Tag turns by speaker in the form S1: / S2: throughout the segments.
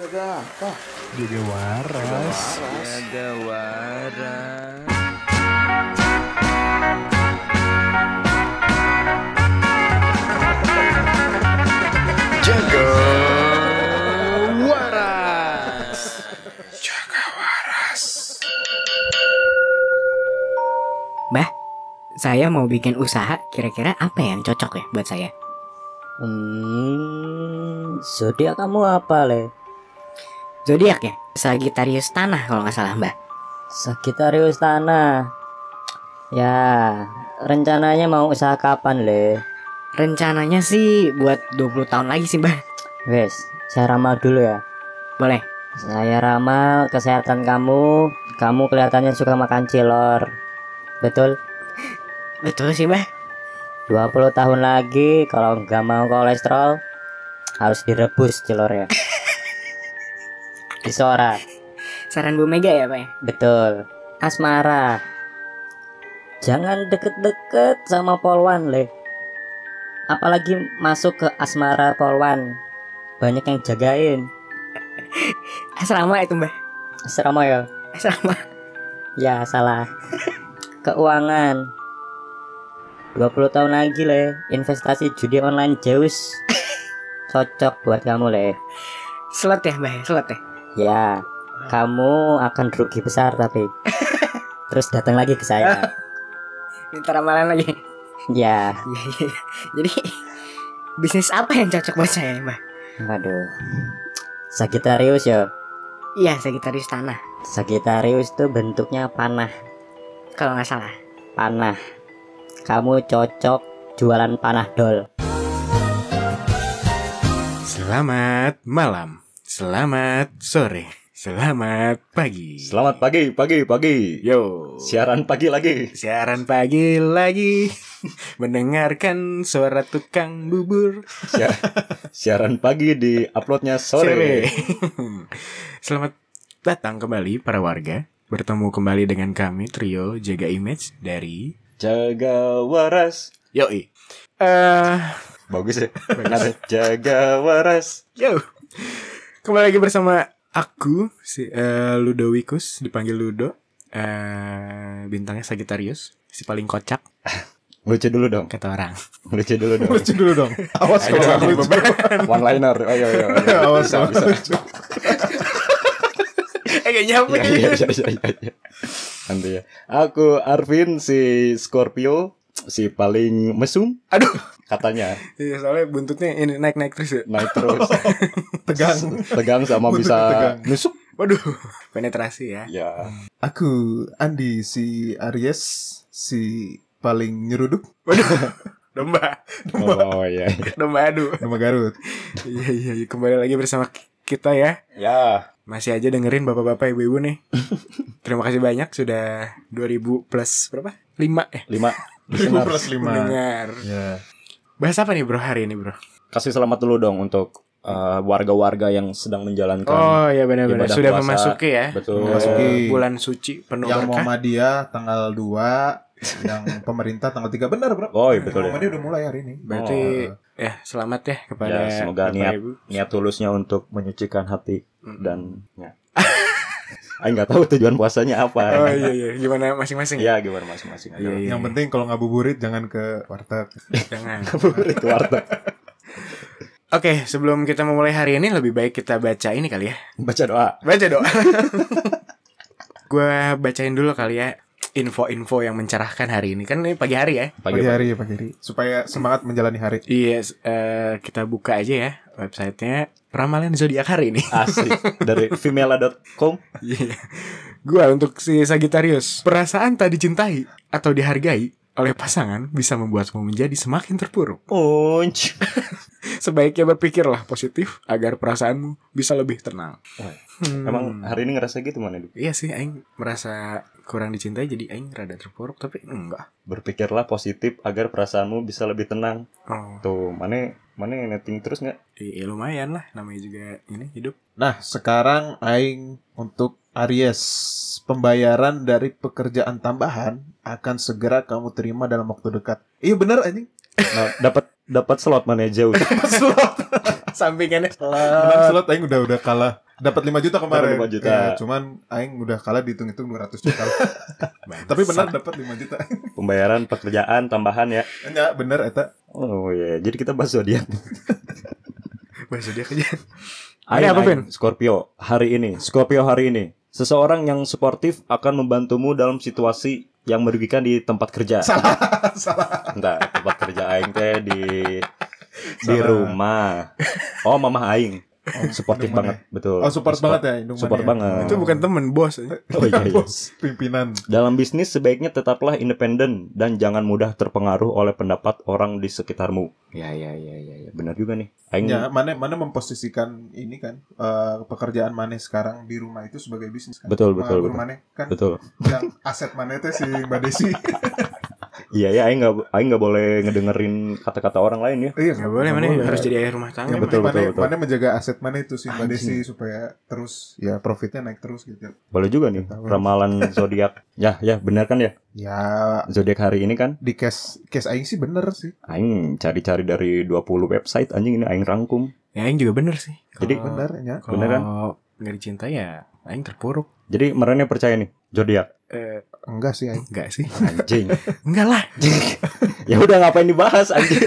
S1: Jaga apa?
S2: Jaga waras.
S3: Jaga waras.
S1: Jaga.
S3: Waras.
S4: Bah, saya mau bikin usaha kira-kira apa yang cocok ya buat saya?
S5: Hmm, zodiak kamu apa, Le?
S4: Zodiak ya? Sagittarius tanah kalau nggak salah mbak.
S5: Sagittarius tanah. Ya, rencananya mau usaha kapan, Le?
S4: Rencananya sih buat 20 tahun lagi sih mbak.
S5: Wes, saya ramal dulu ya.
S4: Boleh.
S5: Saya ramal kesehatan kamu. Kamu kelihatannya suka makan cilor. Betul?
S4: Betul sih mbak.
S5: 20 tahun lagi kalau nggak mau kolesterol harus direbus cilornya. Disorak.
S4: Saran Bu Mega ya pak ya?
S5: Betul. Asmara. Jangan deket-deket sama Polwan, Le. Apalagi masuk ke asmara Polwan. Banyak yang jagain.
S4: Asrama itu mbak.
S5: Asrama ya?
S4: Asrama.
S5: Ya, salah. Keuangan. 20 tahun lagi, Le. Investasi judi online Zeus. Cocok buat kamu, Le.
S4: Slot ya mbak? ya? Slot ya?
S5: Ya, kamu akan rugi besar tapi. Terus datang lagi ke saya.
S4: Minta ramalan lagi.
S5: Ya.
S4: Iya, iya, iya. Jadi bisnis apa yang cocok buat saya mbak?
S5: Waduh. Sagittarius ya.
S4: Iya Sagittarius tanah
S5: Sagittarius itu bentuknya panah,
S4: kalau nggak salah.
S5: panah. Kamu cocok jualan panah dol.
S2: Selamat malam. Selamat sore. Selamat pagi.
S6: Selamat pagi, pagi, pagi.
S2: Yo.
S6: Siaran pagi lagi.
S2: Siaran pagi lagi. Mendengarkan suara tukang bubur
S6: Sia- siaran pagi di uploadnya
S2: sore.
S6: sore.
S2: Selamat datang kembali para warga. Bertemu kembali dengan kami trio Jaga Image dari
S6: Jaga waras.
S2: Yoi. Eh,
S6: Bagus ya.
S2: Bagus.
S6: Nada jaga waras.
S2: Yo. Kembali lagi bersama aku si eh, Ludowikus dipanggil Ludo. Eh, bintangnya Sagittarius, si paling kocak
S6: Lucu dulu dong.
S2: kata orang.
S6: Lucu dulu dong.
S7: lucu dulu dong. Awas kalau
S2: Ayo,
S7: nggak
S2: jangan
S7: lucu.
S2: beban.
S6: One liner. Ayo, ayo, ayo.
S7: Awas
S6: Bisa,
S7: kalau
S6: bisa.
S7: nggak lucu.
S2: Eh, nggak nyambung
S6: Iya,
S2: ini.
S6: iya, iya, iya, iya, iya. Nanti ya. Aku Arvin si Scorpio si paling mesum.
S2: Aduh.
S6: Katanya
S2: Iya, soalnya buntutnya ini naik-naik terus ya.
S6: naik terus
S7: Tegang.
S6: tegang sama
S7: Buntut
S6: bisa
S7: tegang.
S6: nusuk
S2: Waduh, penetrasi ya.
S6: ya
S7: Aku Andi si Aries si paling nyeruduk
S2: Waduh. Domba,
S6: oh iya
S2: domba aduh.
S7: nama Garut.
S2: Iya, iya, iya, kembali lagi bersama kita ya.
S6: ya
S2: Masih aja dengerin bapak-bapak ibu-ibu nih. Terima kasih banyak sudah 2000 plus berapa? 5 eh
S6: lima
S7: 5 plus 5.
S2: mendengar.
S7: Ya.
S2: Bahas apa nih bro hari ini bro?
S6: kasih selamat dulu dong untuk eh, warga-warga yang sedang menjalankan
S2: Oh ya benar-benar
S6: Kan ibadah
S2: sudah
S6: puasa.
S2: memasuki ya
S6: betul Iya.
S7: Memasuki.
S2: eh, bulan suci penuh
S7: Yang
S2: berkah.
S7: Muhammadiyah tanggal 2, yang pemerintah tanggal 3. Benar, Bro.
S6: oh iya betul ya
S7: Muhammadiyah udah mulai hari ini.
S2: Berarti
S7: Oh.
S2: ya selamat ya kepada
S6: Ya, semoga
S2: Bapak
S6: niat.
S2: Ibu.
S6: niat tulusnya untuk menyucikan hati
S2: Mm.
S6: dan ya Ayo nggak tahu tujuan puasanya apa
S2: Oh iya iya gimana masing-masing
S6: ya gimana masing-masing aja
S2: Iya, iya.
S7: Yang penting kalau ngabuburit jangan ke warteg.
S2: jangan.
S6: Favorit warteg.
S2: Oke sebelum kita memulai hari ini lebih baik kita baca ini kali ya.
S6: baca doa
S2: Baca doa. Gua bacain dulu kali ya info-info yang mencerahkan hari ini kan ini pagi hari ya.
S7: Pagi hari ya, pagi hari. Supaya semangat menjalani hari.
S2: Iya eh, kita buka aja ya websitenya ramalan zodiak hari ini.
S6: asik dari femela.com
S2: Iya. Gua untuk si Sagittarius, perasaan tak dicintai atau dihargai oleh pasangan bisa membuatmu menjadi semakin terpuruk.
S6: unc
S2: Sebaiknya berpikirlah positif agar perasaanmu bisa lebih tenang.
S6: Wah,
S2: Hmm.
S6: emang hari ini ngerasa gitu mana Duk?
S2: Iya sih aing merasa kurang dicintai jadi aing rada terpuruk tapi enggak.
S6: berpikirlah positif agar perasaanmu bisa lebih tenang
S2: Oh,
S6: tuh mana mana netting terus nggak
S2: iya lumayan lah namanya juga ini hidup.
S7: Nah, sekarang aing untuk Aries, pembayaran dari pekerjaan tambahan akan segera kamu terima dalam waktu dekat. Iya benar anjing.
S6: Nah, dapat dapat slot mana jauh.
S7: Slot.
S2: Sampingannya.
S7: Menang slot aing udah udah kalah. Eh, Dapat 5 juta kemarin.
S6: Dapat 5 juta.
S7: Ya, cuman aing udah kalah dihitung-hitung 200 juta. Tapi benar dapat 5 juta.
S6: Pembayaran pekerjaan tambahan ya.
S7: Enggak, benar eta.
S6: Oh iya, jadi kita bahas zodiak.
S2: Bahasa dia aja. Ada
S6: Aing,
S2: apa,
S6: Aing, Scorpio hari ini. Scorpio hari ini. Seseorang yang sportif akan membantumu dalam situasi yang merugikan di tempat kerja.
S7: Salah, salah.
S6: Entar, tempat kerja aing teh di di
S7: Salah.
S6: rumah. Oh, mamah aing. Sportif
S7: Indung
S6: banget, betul.
S7: Oh, support banget
S6: Sport-
S7: ya Indung
S6: Support
S7: Mania.
S6: banget.
S2: Itu bukan temen, bos.
S6: Oh, iya, iya.
S7: Bos, pimpinan.
S6: Dalam bisnis sebaiknya tetaplah independen dan jangan mudah terpengaruh oleh pendapat orang di sekitarmu. Ya ya ya ya, ya. benar juga nih. Aing
S7: Ya, mana mana memposisikan ini kan eh, pekerjaan Mane sekarang di rumah itu sebagai bisnis kan.
S6: Betul,
S7: Mengatur
S6: betul, betul.
S7: Mane kan
S6: betul.
S7: yang aset Mane teh si Mbak Desi.
S6: Iya ya aing enggak aing nggak boleh ngedengerin kata-kata orang lain ya.
S7: Iya,
S2: Gak boleh, mana harus jadi ayah rumah
S7: yang
S2: tangga. ya?
S6: Betul,
S7: penting
S6: betul,
S7: Mane,
S6: betul.
S7: Mane menjaga aset Mane itu si Mbak
S6: Anjing.
S7: Desi supaya terus ya profitnya naik terus gitu.
S6: Boleh juga nih
S7: Ketahuan.
S6: ramalan zodiak. Ya ya benar kan ya?
S7: Ya
S6: Zodiak hari ini kan
S7: di case case aing sih bener sih.
S6: aing cari-cari dari 20 website anjing ini aing rangkum.
S2: Ya, Aing juga bener sih.
S6: Jadi-
S2: Kalau-
S7: Bener ya.
S2: Kalau
S6: Bener kan?
S2: nggak dicintai ya, Aing terpuruk.
S6: Jadi merenya percaya nih zodiak.
S2: Eh,
S7: Enggak sih aing.
S2: enggak sih.
S6: Anjing.
S2: Enggak lah.
S6: ya udah ngapain dibahas anjing.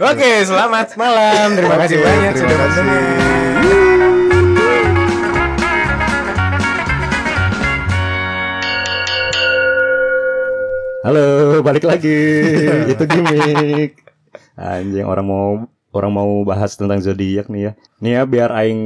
S2: Oke, selamat malam. Terima kasih
S7: Oke,
S2: banyak
S7: terima
S2: sudah
S7: kasih.
S2: mendengar.
S6: Halo, balik lagi. Itu gimmick. Anjing orang mau orang mau bahas tentang zodiak nih ya. Nih ya biar aing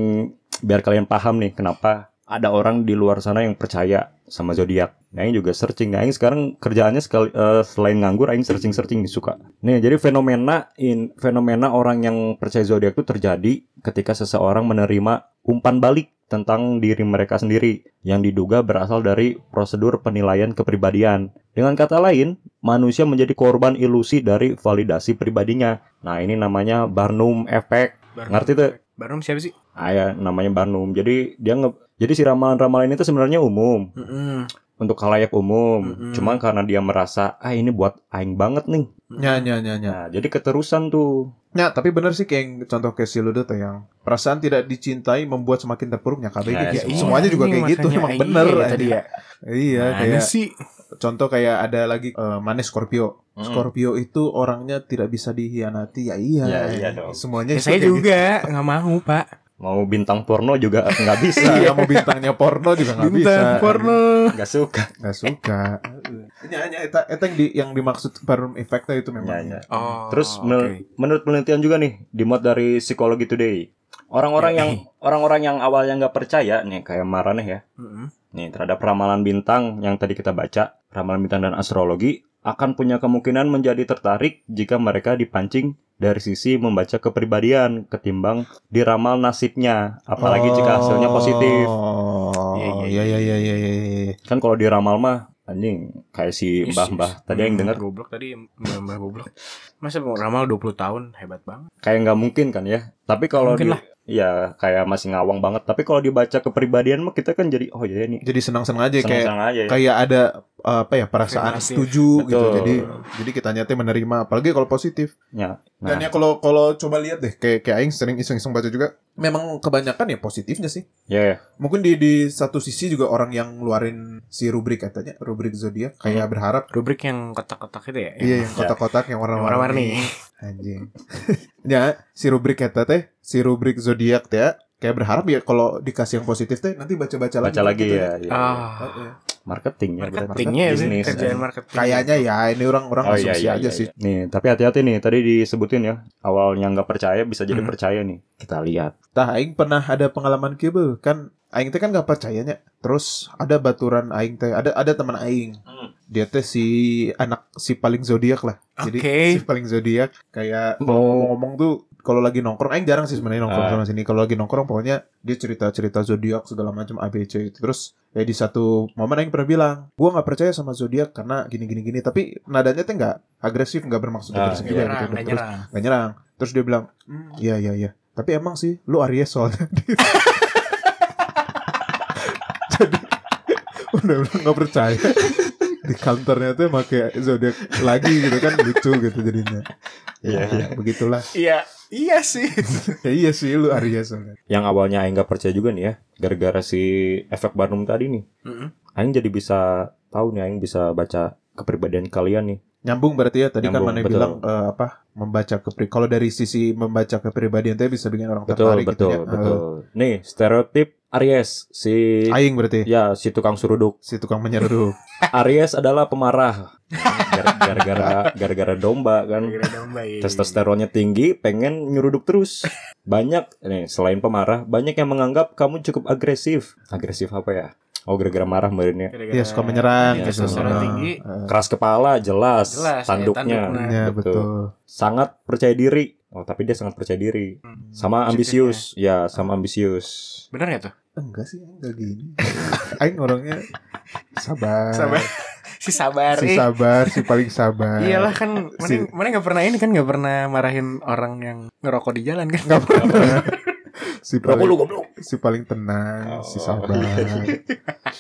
S6: biar kalian paham nih kenapa ada orang di luar sana yang percaya sama zodiak. Nah, aing juga searching. Nah, aing sekarang kerjaannya sekali eh, selain nganggur aing searching-searching nih suka. Nih, jadi fenomena in fenomena orang yang percaya zodiak itu terjadi ketika seseorang menerima umpan balik tentang diri mereka sendiri yang diduga berasal dari prosedur penilaian kepribadian. Dengan kata lain, manusia menjadi korban ilusi dari validasi pribadinya. Nah, ini namanya Barnum Effect.
S2: Barnum.
S6: Ngerti tuh?
S2: Barnum siapa sih?
S6: Ah ya, namanya Barnum. Jadi dia nge jadi si ramalan-ramalan itu sebenarnya umum
S2: Mm-mm.
S6: untuk khalayak umum.
S2: Mm-mm.
S6: Cuma karena dia merasa ah ini buat aing banget nih.
S7: Ya ya ya ya.
S6: Nah, jadi keterusan tuh.
S7: Nah, tapi bener sih kayak yang contoh kayak si Ludo teh yang perasaan tidak dicintai membuat semakin terpuruknya KB
S2: Eh,
S6: Ya,
S7: gitu.
S6: iya,
S7: Semuanya juga kayak gitu,
S2: makanya.
S7: emang
S2: Iya,
S7: bener.
S2: iya,
S7: aja.
S2: tadi ya.
S7: Iya,
S2: Mana
S7: kayak
S2: sih?
S7: contoh kayak ada lagi eh, Mane Scorpio.
S6: Mm. Hmm.
S7: Scorpio itu orangnya tidak bisa dihianati. Ya iya.
S6: Ya, iya dong.
S7: Semuanya
S2: Ya,
S7: sih
S2: saya
S7: kayak gitu.
S2: juga nggak mau pak.
S6: Mau bintang porno juga nggak bisa.
S7: Iya, mau bintangnya porno juga nggak bisa.
S2: Bintang porno.
S6: Nggak suka.
S7: Nggak suka. Ini hanya eta, eta yang, di, yang dimaksud Barum efeknya itu memang.
S6: Ya, ya.
S2: Oh,
S6: Terus
S2: oke.
S6: menur- menurut penelitian juga nih dimuat dari Psikologi Today, orang-orang
S2: Ya,
S6: yang orang-orang yang awalnya nggak percaya nih kayak Maraneh ya,
S2: Mm-mm.
S6: nih terhadap ramalan bintang yang tadi kita baca, ramalan bintang dan astrologi akan punya kemungkinan menjadi tertarik jika mereka dipancing dari sisi membaca kepribadian ketimbang diramal nasibnya, apalagi jika hasilnya positif.
S7: Oh,
S2: Iya,
S7: iya
S2: iya,
S7: iya iya iya. iya.
S6: Kan kalau diramal mah anjing kayak si mbah-mbah tadi yang
S2: Hmm,
S6: dengar
S2: goblok tadi mbak mbak goblok masa mau ramal 20 tahun hebat banget
S6: kayak nggak mungkin kan ya. Tapi kalau
S2: Mungkin
S6: di-
S2: lah.
S6: ya kayak masih ngawang banget. Tapi kalau dibaca kepribadian mah kita kan jadi oh ya ini
S7: Jadi senang-senang aja kayak
S6: senang-senang aja ya.
S7: kayak ada eh, apa ya perasaan
S2: Afirmasi.
S7: setuju gitu
S6: Betul.
S7: jadi jadi kita nyata menerima apalagi kalau positif
S6: Ya,
S7: dan ya
S6: nah.
S7: kalau kalau coba lihat deh kayak kayak aing sering iseng-iseng baca juga memang kebanyakan ya positifnya sih
S6: Ya, ya.
S7: mungkin di di satu sisi juga orang yang ngeluarin si rubrik katanya rubrik zodiak
S6: Hmm.
S7: kayak berharap
S2: rubrik yang kotak-kotak itu ya
S7: iya yang kotak-kotak yang
S2: yang
S7: warna-warni
S2: warna-warni
S7: anjing ya si rubrik kata teh si rubrik zodiak teh ya, kayak berharap ya kalau dikasih yang positif teh nanti baca-baca lagi
S6: baca lagi
S7: gitu
S6: ya, ya.
S7: Oh,
S2: ah
S7: iya.
S6: marketing ya.
S2: marketingnya ya sih
S6: Bisnis,
S2: kerjaan
S6: ya.
S2: marketing
S7: kayaknya ya ini orang-orang
S6: Oh, iya,
S7: asumsi
S6: iya,
S7: aja
S6: iya,
S7: sih
S6: iya. Nih, tapi hati-hati nih. Tadi disebutin ya, awalnya nggak percaya bisa jadi
S2: Hmm.
S6: percaya nih. Kita lihat.
S7: Tah aing pernah ada pengalaman kibel kan aing teh kan gak percayanya. Terus ada baturan aing teh, ada ada teman aing.
S6: Hmm.
S7: Dia teh si anak si paling zodiak lah. Jadi
S2: Oke.
S7: si paling zodiak kayak
S6: Mau
S7: ngomong tuh kalau lagi nongkrong aing jarang sih sebenarnya nongkrong
S6: Oh. Ah.
S7: sama sini. Kalau lagi nongkrong pokoknya dia cerita-cerita zodiak segala macam ABC itu. Terus ya di satu momen aing pernah bilang, "Gua nggak percaya sama zodiak karena gini-gini gini." Tapi nadanya teh nggak agresif, nggak bermaksud
S6: Ah,
S7: agresif
S2: Nggak
S7: juga
S2: nyerang
S7: gitu.
S2: nggak
S7: Terus-
S2: nyerang
S7: Gak nyerang. Terus dia bilang, "Hmm, iya iya iya. Tapi emang sih, lu Aries soalnya. Jadi udah udah nggak percaya. Di kantornya tuh pakai zodiak lagi gitu kan lucu gitu jadinya.
S6: Iya,
S7: begitulah.
S2: iya Iya sih.
S7: ya iya sih lu Aries soalnya.
S6: Yang awalnya Aing nggak percaya juga nih ya, gara-gara si efek Barnum tadi nih.
S2: Mm-mm.
S6: Aing jadi bisa tahu nih, Aing bisa baca kepribadian kalian nih.
S7: Nyambung berarti ya tadi
S6: Nyambung,
S7: kan mana
S6: betul.
S7: bilang eh, apa membaca kepri kalau dari sisi membaca kepribadian teh bisa bikin orang
S6: Betul,
S7: tertarik
S6: betul,
S7: gitu ya.
S6: betul. Nih, stereotip Aries si
S7: Eh, Aing berarti
S6: ya si tukang suruduk.
S7: si tukang menyeruduk.
S6: Aries adalah pemarah. Gar- Gara-gara gara-gara domba kan.
S2: Gara-gara domba, iya.
S6: testosteronnya tinggi, pengen nyeruduk terus. Banyak nih selain pemarah, banyak yang menganggap kamu cukup agresif. Agresif apa ya? Oh gara-gara marah kemarin ya.
S2: Gara-gara-
S7: Dia suka menyerang
S6: Iya,
S7: gitu.
S6: testosteron
S7: Ah,
S3: tinggi.
S7: ah.
S6: Keras kepala jelas,
S2: Jelas, ya,
S6: tanduknya.
S2: tanduknya.
S7: Iya,
S6: Betul.
S7: betul.
S6: Sangat percaya diri. Oh, tapi dia sangat percaya diri.
S2: Hmm.
S6: Sama ambisius. Ya, sama ambisius.
S2: Bener ya tuh?
S7: Eh, Enggak sih, enggak gini. Aing orangnya sabar.
S2: Sabar. Si sabar.
S7: Si
S2: eh.
S7: sabar, si paling sabar.
S2: Iyalah kan, mana,
S7: Si-
S2: mana gak pernah ini kan gak pernah marahin orang yang ngerokok di jalan kan?
S7: Enggak pernah. si
S6: Rokok lu
S7: paling
S6: goblok.
S7: si paling tenang, si
S6: Oh.
S7: sabar.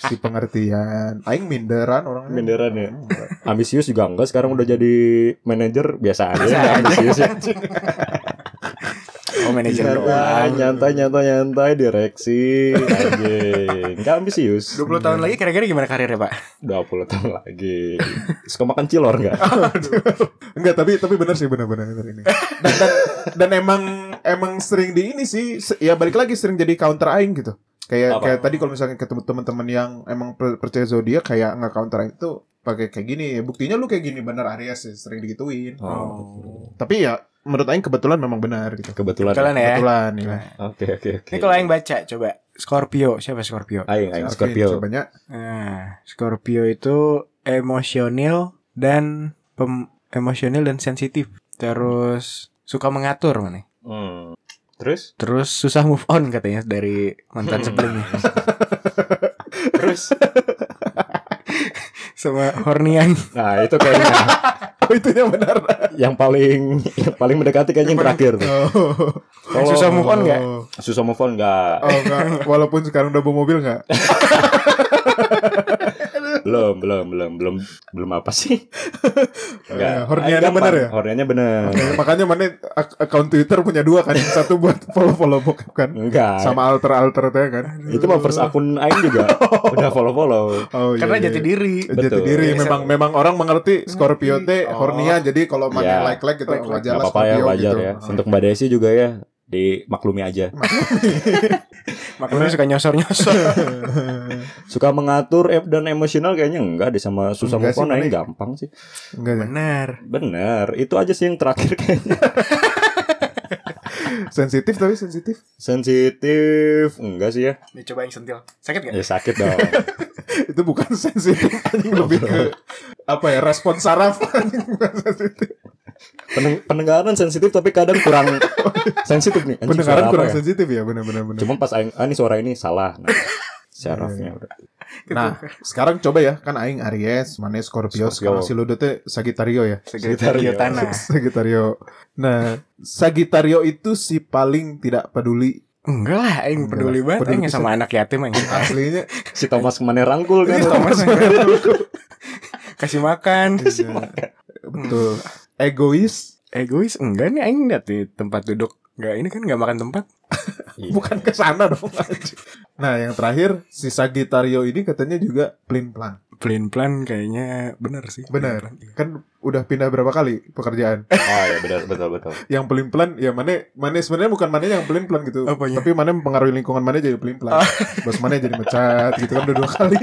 S7: si pengertian. Aing minderan orangnya.
S6: Minderan ya?
S7: Hmm,
S6: Ambisius juga enggak sekarang udah jadi manajer biasa aja ya, ambisius ya.
S7: Iya,
S2: Oh manajer
S6: Nyantai,
S2: doang.
S6: nyantai, nyantai, nyantai, direksi, anjing. Enggak ambisius.
S2: 20 tahun lagi kira-kira gimana karirnya pak?
S6: 20 tahun lagi. Suka makan cilor enggak?
S7: Enggak, tapi tapi benar sih benar-benar benar ini. Dan, dan dan emang emang sering di ini sih se- ya balik lagi sering jadi counter aing gitu. Kayak
S6: Apa?
S7: kayak tadi kalau misalnya ketemu teman-teman yang emang per- percaya zodiak kayak nggak counter aing itu pakai kayak gini. Buktinya lu kayak gini bener Aries sih sering digituin.
S6: Oh.
S7: Tapi ya menurut aing kebetulan memang benar gitu.
S6: Kebetulan.
S2: Kebetulan ya.
S7: Kebetulan ya.
S6: Oke, oke, oke.
S2: Ini kalau yang baca coba Scorpio siapa Scorpio?
S6: Aing, aing Scorpio.
S7: Cobanya
S2: Nah, Scorpio itu emosional dan pem- emosional dan sensitif. Terus suka mengatur mana?
S6: Hmm. Terus?
S2: Terus susah move on katanya dari mantan sebelumnya.
S6: Terus?
S2: Sama hornian.
S6: Nah, itu kayaknya
S7: Oh, itunya benar.
S6: yang paling yang paling mendekati kayaknya yang terakhir.
S7: Oh.
S6: Kalau
S2: Susah move on nggak?
S7: Oh,
S6: Susah move on enggak?
S7: oh enggak. Walaupun sekarang udah bawa mobil enggak?
S6: Belum, belum, belum, belum, belum apa sih?
S7: Eh, horniannya bener ya?
S6: Horniannya bener.
S7: Ya, makanya mana ak- account Twitter punya dua kan satu buat follow follow bokep kan
S6: Enggak.
S7: sama alter alter teh kan
S6: itu mah first akun aing juga. Udah follow-follow.
S7: oh, iya,
S2: Karena
S7: iya.
S2: jati diri.
S7: jati
S6: Betul.
S7: diri memang memang orang mengerti Scorpio teh hornia jadi kalau
S6: Ya.
S7: mana like like gitu
S2: Like-like.
S6: Enggak
S7: wajar lah
S6: apa-apa ya,
S7: Scorpio
S6: wajar
S7: gitu
S6: ya. Untuk Mbak Desi juga ya dimaklumi aja.
S2: Makanya suka nyosor-nyosor.
S6: Suka mengatur eh, dan emosional kayaknya enggak deh sama susah
S7: Enggak
S6: move on
S7: sih,
S6: aing
S7: Mane.
S6: gampang sih.
S7: enggak ya.
S2: Bener.
S6: Bener, itu aja sih yang terakhir kayaknya.
S7: sensitif tapi sensitif
S6: Sensitif, enggak sih ya?
S2: Nih, coba yang sentil. Sakit gak?
S6: Ya sakit dong.
S7: itu bukan sensitif anjing lebih ke apa ya respon saraf anjing bukan sensitif
S6: Peneng- pendengaran sensitif tapi kadang kurang sensitif nih. Anjing, suara
S7: pendengaran
S6: apa
S7: kurang
S6: ya?
S7: sensitif ya benar-benar benar.
S6: Cuman pas aing, ah ini suara ini salah.
S7: Iya,
S6: Nah, syarafnya udah.
S7: Nah, sekarang coba ya, kan aing Aries, mana Scorpio,
S6: Scorpio.
S7: sekarang si Ludo teh Sagittario ya.
S2: Sekretario
S6: Sekretario.
S2: tanah.
S7: Sagittario. Nah, Sagittario itu si paling tidak peduli
S2: Enggak lah, aing peduli
S7: Enggak lah.
S2: banget aing
S7: Peduli
S2: sama anak yatim aing.
S7: aslinya.
S6: Si Thomas kemana rangkul kan?
S2: Thomas kasih makan.
S7: Nah, Betul. Egois
S2: Egois enggak nih aing liat di tempat duduk. Enggak ini kan enggak makan tempat.
S7: bukan ke sana dong. anjing. nah, yang terakhir si Sagittario ini katanya juga plain plan.
S2: Plain plan kayaknya bener sih.
S7: Benar. Kan udah pindah berapa kali pekerjaan.
S6: Oh ya benar betul betul.
S7: Yang pelin plan ya mana mana sebenarnya bukan mana yang pelin plan gitu.
S2: Apanya?
S7: Tapi mana mempengaruhi lingkungan mana jadi pelin plan. Bos mana jadi mecat gitu kan udah dua kali.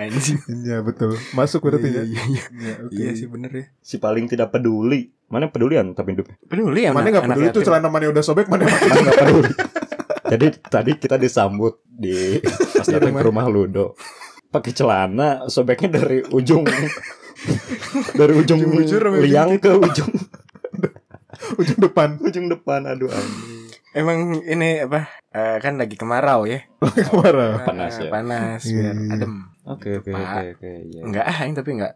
S2: Anjing.
S7: Iya betul. Masuk berarti
S2: Iya,
S7: ya.
S2: iya, iya.
S7: Iya, oke.
S2: Iya sih bener ya.
S6: Si paling tidak peduli. Mana pedulian tapi hidupnya.
S2: Peduli ya.
S7: Mana
S2: anak-
S7: nggak
S2: anak
S7: peduli tuh
S2: yatim.
S7: celana mana udah sobek mana
S6: Mana nggak peduli. Jadi tadi kita disambut di pas datang ke rumah Ludo. Pakai celana sobeknya dari ujung dari ujung,
S2: Ujung bujur sampai ujung
S6: liang ke ujung
S7: ujung depan.
S6: ujung depan aduh anjing.
S2: Emang ini apa? eh, kan lagi kemarau ya.
S7: Kemana?
S6: Panas
S2: Eh,
S6: ya.
S2: Panas
S7: Iya,
S2: biar
S7: iya.
S2: adem.
S6: Oke oke
S2: Pak.
S6: oke oke. iya.
S2: Enggak ah aing tapi enggak.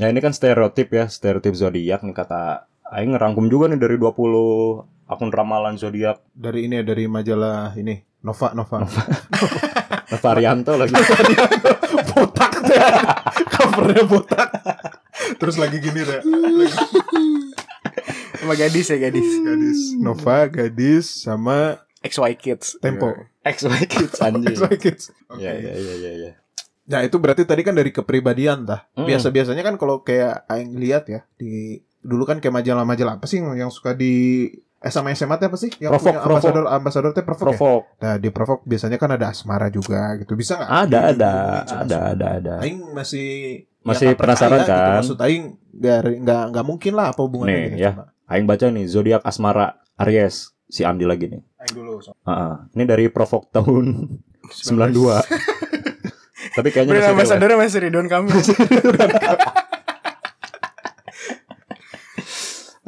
S6: Nah ini kan stereotip ya, stereotip zodiak nih kata Aing ngerangkum juga nih dari 20 akun ramalan zodiak
S7: Dari ini ya, dari majalah ini Nova Nova.
S6: Varianto lagi.
S7: botak deh. Covernya botak. Terus lagi gini deh.
S2: Sama gadis ya gadis.
S7: Gadis Nova, gadis sama
S2: XY Kids. Iya.
S7: Tempo.
S6: XY Kids anjing.
S7: XY Kids. Oke.
S6: Ya ya ya ya ya.
S7: Nah itu berarti tadi kan dari kepribadian tah.
S6: Mm.
S7: Biasa biasanya kan kalau kayak aing lihat ya di dulu kan kayak majalah-majalah apa sih yang suka di SMA SMA teh apa sih? Yang
S6: Provok,
S7: punya
S6: provok.
S7: ambasador ambasador teh provok. Ya?
S6: Provok.
S7: Nah di provok biasanya kan ada asmara juga gitu. Bisa nggak? Di-
S6: Ada ada
S7: di- di-
S6: ada ada ada.
S7: Aing masih ya,
S6: Masih
S7: nggak percaya
S6: penasaran
S7: Gitu.
S6: kan?
S7: Maksud aing dari nggak nggak mungkin lah apa hubungannya
S6: Nih,
S7: gitu
S6: ya.
S7: sama.
S6: Aing baca nih zodiak asmara Aries si Andi lagi nih.
S7: Aing dulu. so.
S6: Ah, ini dari Provok tahun 92. Tapi kayaknya
S2: Brand
S6: masih
S2: ambassador
S6: relevan.
S2: Mas Ridwan Kamil.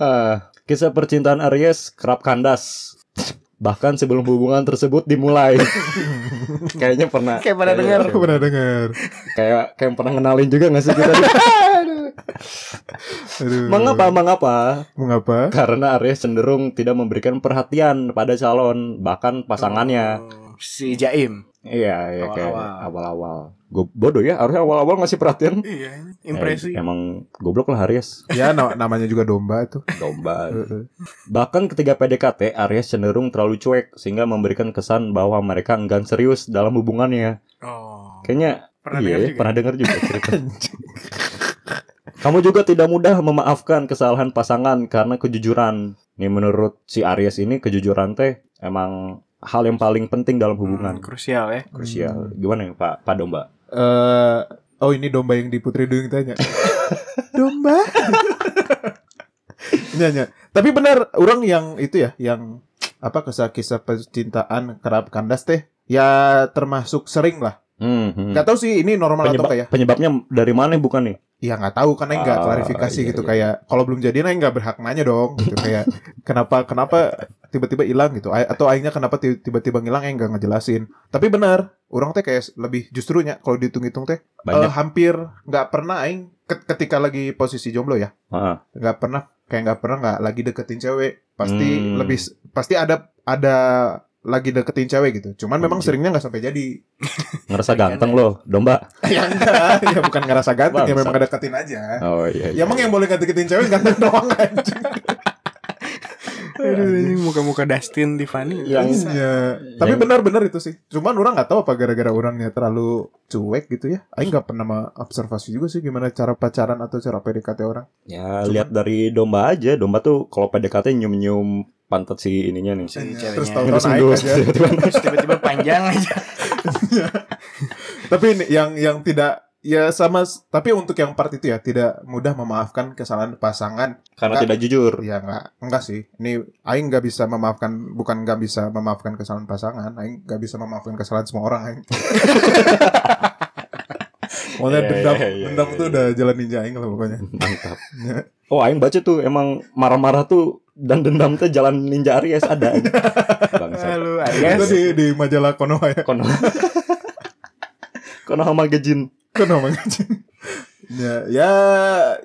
S6: Ah, kisah percintaan Aries kerap kandas. Bahkan sebelum hubungan tersebut dimulai. kayaknya pernah.
S2: Kayak pernah dengar.
S7: Aku pernah dengar.
S6: Kayak kayak pernah kenalin juga nggak sih kita?
S7: Aduh.
S6: mengapa mengapa?
S7: Mengapa?
S6: Karena Aries cenderung tidak memberikan perhatian pada calon, bahkan pasangannya.
S2: Oh, Si Jaim.
S6: Iya, iya kayak
S2: Awal-awal.
S6: awal-awal. Gue bodoh ya, harusnya awal-awal ngasih perhatian.
S2: Iya, impresi.
S6: Eh, emang goblok lah Aries,
S7: Ya na- namanya juga domba tuh.
S6: domba. Bahkan ketika PDKT, Aries cenderung terlalu cuek sehingga memberikan kesan bahwa mereka enggan serius dalam hubungannya.
S2: Oh.
S6: Kayaknya
S2: Pernah
S6: iya,
S2: dengar juga.
S6: pernah dengar juga cerita. Kamu juga tidak mudah memaafkan kesalahan pasangan karena kejujuran. Nih menurut si Aries ini kejujuran teh emang hal yang paling penting dalam
S2: Hmm,
S6: hubungan.
S2: krusial ya.
S6: Krusial. Gimana ya Pak Pak Domba?
S7: Eh, oh ini domba yang di Putri Duyung tanya. domba. Nya, nya. Tapi benar orang yang itu ya yang apa kisah-kisah percintaan kerap kandas teh ya termasuk sering lah.
S6: Hmm, hmm.
S7: Gak tau sih ini normal atau
S6: Penyebab- ya?
S7: kayak
S6: penyebabnya dari mana bukan nih?
S7: ya nggak tahu karena nggak
S6: Ah,
S7: klarifikasi
S6: iya,
S7: gitu
S6: iya.
S7: kayak kalau belum jadi nah nggak berhak nanya dong gitu kayak kenapa kenapa tiba-tiba hilang gitu A- atau akhirnya kenapa ti- tiba-tiba ngilang yang nggak ngejelasin tapi benar orang teh kayak lebih justru nya kalau dihitung-hitung teh eh,
S6: Banyak.
S7: hampir nggak pernah aing ket- ketika lagi posisi jomblo ya
S6: Heeh.
S7: nggak pernah kayak nggak pernah nggak lagi deketin cewek pasti
S6: Hmm.
S7: lebih pasti ada ada lagi deketin cewek gitu cuman memang
S6: Anjir.
S7: seringnya nggak sampai jadi
S6: ngerasa ganteng loh, Domba.
S7: ya enggak ya bukan ngerasa ganteng ya
S6: Bangsat.
S7: memang deketin aja
S6: Oh iya.
S7: Ya emang yang boleh ngedeketin cewek ganteng doang anjing.
S2: Aduh, ini muka-muka Dustin Tiffany.
S6: Yang-
S7: Iya. Tapi
S6: Yang-
S7: benar-benar itu sih. Cuman orang nggak tahu apa gara-gara orangnya terlalu cuek gitu ya. Aing nggak pernah ma- observasi juga sih gimana cara pacaran atau cara PDKT orang.
S6: Ya lihat dari domba aja. Domba tuh kalau PDKT nyium-nyium pantat si ininya nih.
S2: Si
S7: Iya. Terus tahu-tahu
S2: ceweknya. Iya.
S7: naik
S6: Ngendus-ngendus.
S7: aja.
S2: Terus tiba-tiba panjang aja.
S7: Tapi ini yang yang tidak ya sama s- tapi untuk yang part itu ya tidak mudah memaafkan kesalahan pasangan
S6: Karena
S7: Enggak.
S6: tidak jujur.
S7: ya nggak enggak sih ini Aing nggak bisa memaafkan bukan nggak bisa memaafkan kesalahan pasangan Aing nggak bisa memaafkan kesalahan semua orang Aing Pokoknya
S6: Iya,
S7: dendam,
S6: iya, iya,
S7: dendam
S6: iya,
S7: tuh
S6: iya.
S7: udah jalan ninja Aing lah pokoknya
S6: Mantap. Oh, aing baca tuh emang marah-marah tuh dan dendam tuh jalan ninja Aries ada. Bangsa.
S2: Halo,
S7: Itu
S2: Aries.
S7: di, di majalah Konoha ya
S6: Kono. Konoha Magazine.
S7: Konoha Magazine ya, ya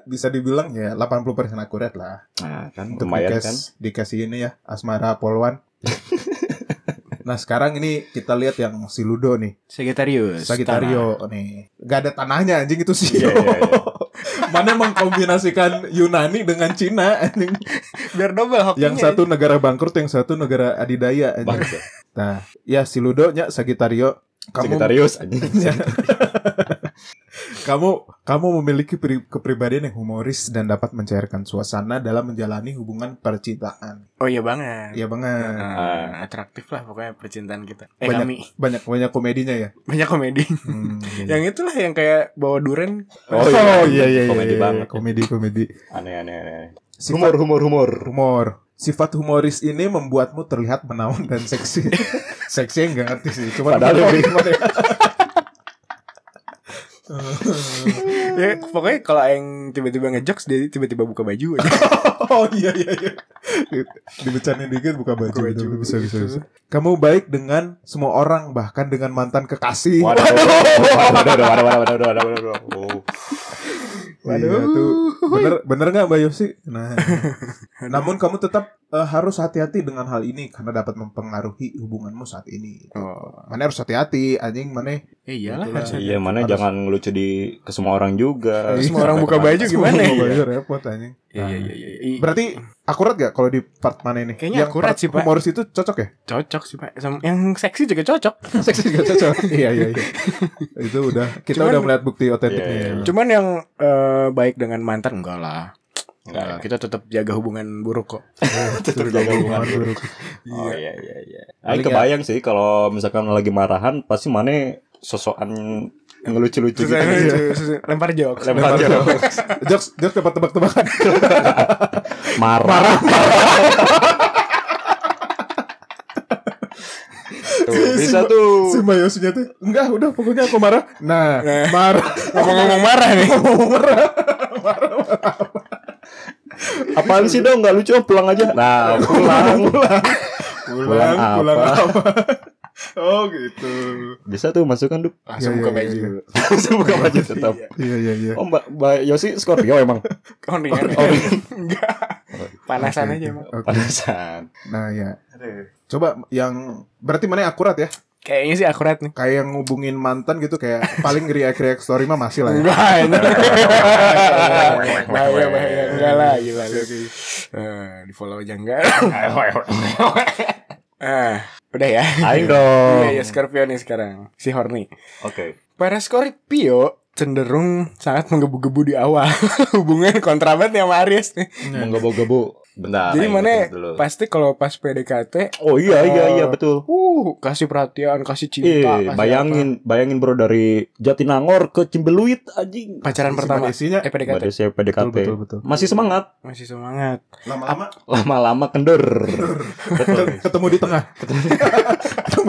S7: bisa dibilang ya 80% akurat lah
S6: Nah, kan
S7: Untuk
S6: lumayan
S7: dikas-
S6: kan.
S7: dikasih ini ya Asmara Polwan Nah sekarang ini kita lihat yang si Ludo nih
S2: Sagittarius.
S7: Sagitario nih. Gak ada tanahnya anjing itu sih.
S6: Iya, iya, iya.
S7: Mana mengkombinasikan Yunani dengan Cina anjing.
S2: Tanah. Biar double hokinya.
S6: Iya,
S2: ya.
S7: Yang satu negara bangkrut, yang satu negara adidaya anjing.
S6: Bangsa.
S7: Nah, ya si Ludonya Sagitario. Kamu
S6: Sagittarius anjing.
S7: kamu kamu memiliki pri- kepribadian yang humoris dan dapat mencairkan suasana dalam menjalani hubungan percintaan.
S2: Oh iya banget.
S7: Iya banget.
S2: Nah, atraktif lah pokoknya percintaan kita. Eh
S7: Banyak.
S2: kami
S7: Banyak banyak komedinya ya.
S2: banyak komedi.
S7: Hmm, iya.
S2: Yang itulah yang kayak bawa duren.
S6: Oh, iya. Komedi
S7: iya,
S6: banget.
S7: Komedi komedi.
S6: Aneh aneh aneh.
S7: Sifat-
S6: humor humor.
S7: humor. Sifat humoris ini membuatmu terlihat menawan dan seksi. seksi enggak ngerti sih, cuma
S6: Padahal lebih-
S2: ya pokoknya kalau yang tiba-tiba ngejokes dia tiba-tiba buka baju aja.
S7: oh iya iya iya. Dibecanin dikit buka baju,
S2: Buka baju.
S7: betul, bisa, bisa, bisa. Kamu baik dengan semua orang bahkan dengan mantan kekasih.
S6: Waduh, waduh, waduh, waduh, waduh, waduh, waduh, waduh, waduh. Oh.
S7: Iya, tuh. Bener bener nggak Mbak Yosi? Nah. Namun kamu tetap eh, harus hati-hati dengan hal ini karena dapat mempengaruhi hubunganmu saat ini.
S2: Oh.
S7: Mana harus hati-hati anjing mana
S2: Ya iyalah
S7: Betul
S2: harus
S7: lah.
S2: ada.
S6: Iya, mana
S7: Harus-
S6: jangan lucu di ke semua orang juga.
S2: Terus semua orang buka baju gimana
S7: Iya. Semua
S2: ya?
S7: baju repot anjing. Nah,
S2: Iya iya iya iya. I-
S7: Berarti akurat gak kalau di part mana ini?
S2: Kayaknya akurat
S7: part
S2: sih, Pak.
S7: Humoris itu cocok ya?
S2: cocok sih Pak. Sama yang seksi juga cocok.
S7: Seksi juga cocok. iya iya iya. itu udah kita
S2: Cuman-
S7: udah melihat bukti otentiknya. ya.
S6: Iya, iya.
S2: Cuman yang eh, baik dengan mantan enggak lah. Enggak lah,
S6: Enggak.
S2: kita tetap jaga hubungan buruk kok.
S6: Tetep jaga hubungan.
S7: buruk.
S6: Oh iya iya iya.
S7: Paling
S6: Aing kebayang sih kalau misalkan lagi marahan pasti mana sosokan ngelucu-lucu gitu.
S2: Susah- susah- susah- Iya. lempar jok.
S6: Lempar jauh.
S7: Jokes, jokes dapat tebak-tebakan.
S6: Marah. Tuh, bisa tuh.
S7: Simbayosisnya tuh. Enggak, udah pokoknya aku marah. Nah, marah.
S2: Ngomong-ngomong marah nih.
S6: Apaan sih dong nggak lucu pulang aja. Nah pulang. Pulang apa?
S7: pulang apa? oh gitu.
S6: Bisa tuh masukkan tuh.
S2: Langsung
S7: Iya,
S2: buka
S7: iya,
S2: baju.
S6: Langsung buka baju tetap.
S7: Iya iya iya.
S6: Oh Mbak, Mbak Yosi Scorpio emang
S2: Oh, ringan.
S6: iya.
S2: Enggak. Panasan aja emang.
S7: Oke.
S6: panasan.
S7: Nah ya. Coba yang berarti mana yang akurat ya?
S2: Kayaknya sih akurat nih.
S7: Kayak yang ngubungin mantan gitu kayak paling react-react story mah masih lah ya.
S2: Enggak. ini. Bahaya bahaya. Enggak lah gila.
S7: Iya,
S2: Eh, di follow aja enggak. Ah, udah ya.
S6: Aing dong.
S2: Iya, ya, Scorpio nih sekarang. Si Horny.
S6: Oke.
S2: Para Scorpio cenderung sangat menggebu-gebu di awal hubungan kontrabat sama Aries nih.
S6: Menggebu-gebu. Nah. Bentar.
S2: Jadi
S6: Aing
S2: mana ya?
S6: ingat dulu.
S2: pasti kalau pas PDKT
S6: Oh iya iya iya betul.
S2: uh kasih perhatian, kasih
S6: Eh,
S2: cinta, kasih apa.
S6: bayangin, bayangin bro dari Jatinangor ke Cimbeluit anjing.
S2: pacaran
S7: Si
S2: pertama.
S7: Madesinya-
S2: Eh PDKT
S6: Pada saya PDKT.
S7: Betul, betul, betul.
S6: Masih semangat,
S2: masih semangat.
S7: Lama-lama
S6: lama-lama kendur. betul.
S7: eh, ketemu di tengah. ketemu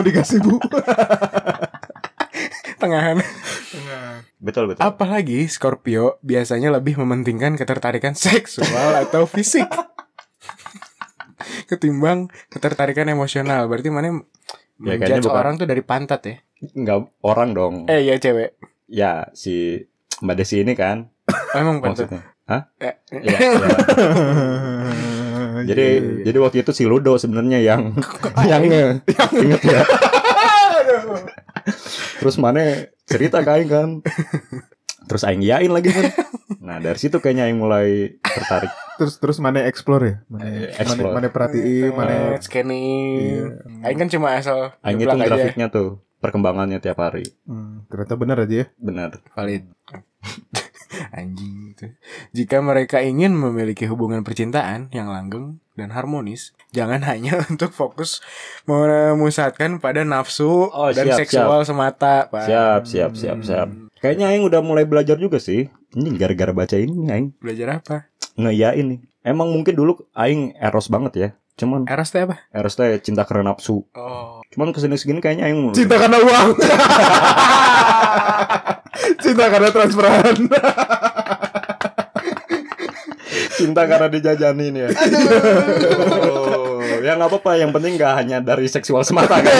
S7: di gasibu.
S2: Tengahan.
S6: Betul betul.
S2: Apalagi Scorpio biasanya lebih mementingkan ketertarikan seksual atau fisik ketimbang ketertarikan emosional. Berarti mana
S6: Ya, kayaknya
S2: menjudge
S6: bukan.
S2: orang tuh dari pantat ya?
S6: Enggak orang dong.
S2: Eh ya cewek.
S6: Ya si Mbak Desi ini kan
S2: Oh, emang pantat.
S6: maksudnya. Hah?
S2: Eh,
S6: Iya, iya.
S7: Iya,
S6: Jadi jadi waktu itu si Ludo sebenarnya Iya, yang yang nge- inget ya. Terus mana cerita ke Aing kan. Terus Aing yain lagi kan. Nah dari situ kayaknya Aing mulai tertarik.
S7: terus terus mana explore ya? Mana
S6: Eh,
S7: mana,
S6: explore.
S7: mana perhatiin, mana
S2: Eh, scanning. Aing kan cuma asal
S6: Iya. Aing
S2: ngeblak
S6: ngitung grafiknya tuh perkembangannya tiap hari.
S7: Hmm, ternyata benar aja ya.
S6: Benar.
S2: valid. Anjing gitu. Jika mereka ingin memiliki hubungan percintaan yang langgeng dan harmonis, jangan hanya untuk fokus memusatkan pada nafsu
S6: Oh,
S2: dan
S6: siap,
S2: seksual semata, Pak.
S6: Siap siap siap siap. Kayaknya Aing udah mulai belajar juga sih. Ini gara-gara baca ini nih, Aing
S2: Belajar apa?
S6: ngeyain nih. Emang mungkin dulu Aing eros banget ya. Cuman
S2: Eros teh apa?
S6: eros teh cinta karena nafsu.
S2: Oh.
S6: Cuman kesini segini kayaknya Aing
S7: Cinta karena uang. Cinta karena transferan.
S6: cinta karena dijajanin ya. Oh, ya nggak apa-apa. Yang penting nggak hanya dari seksual semata kan.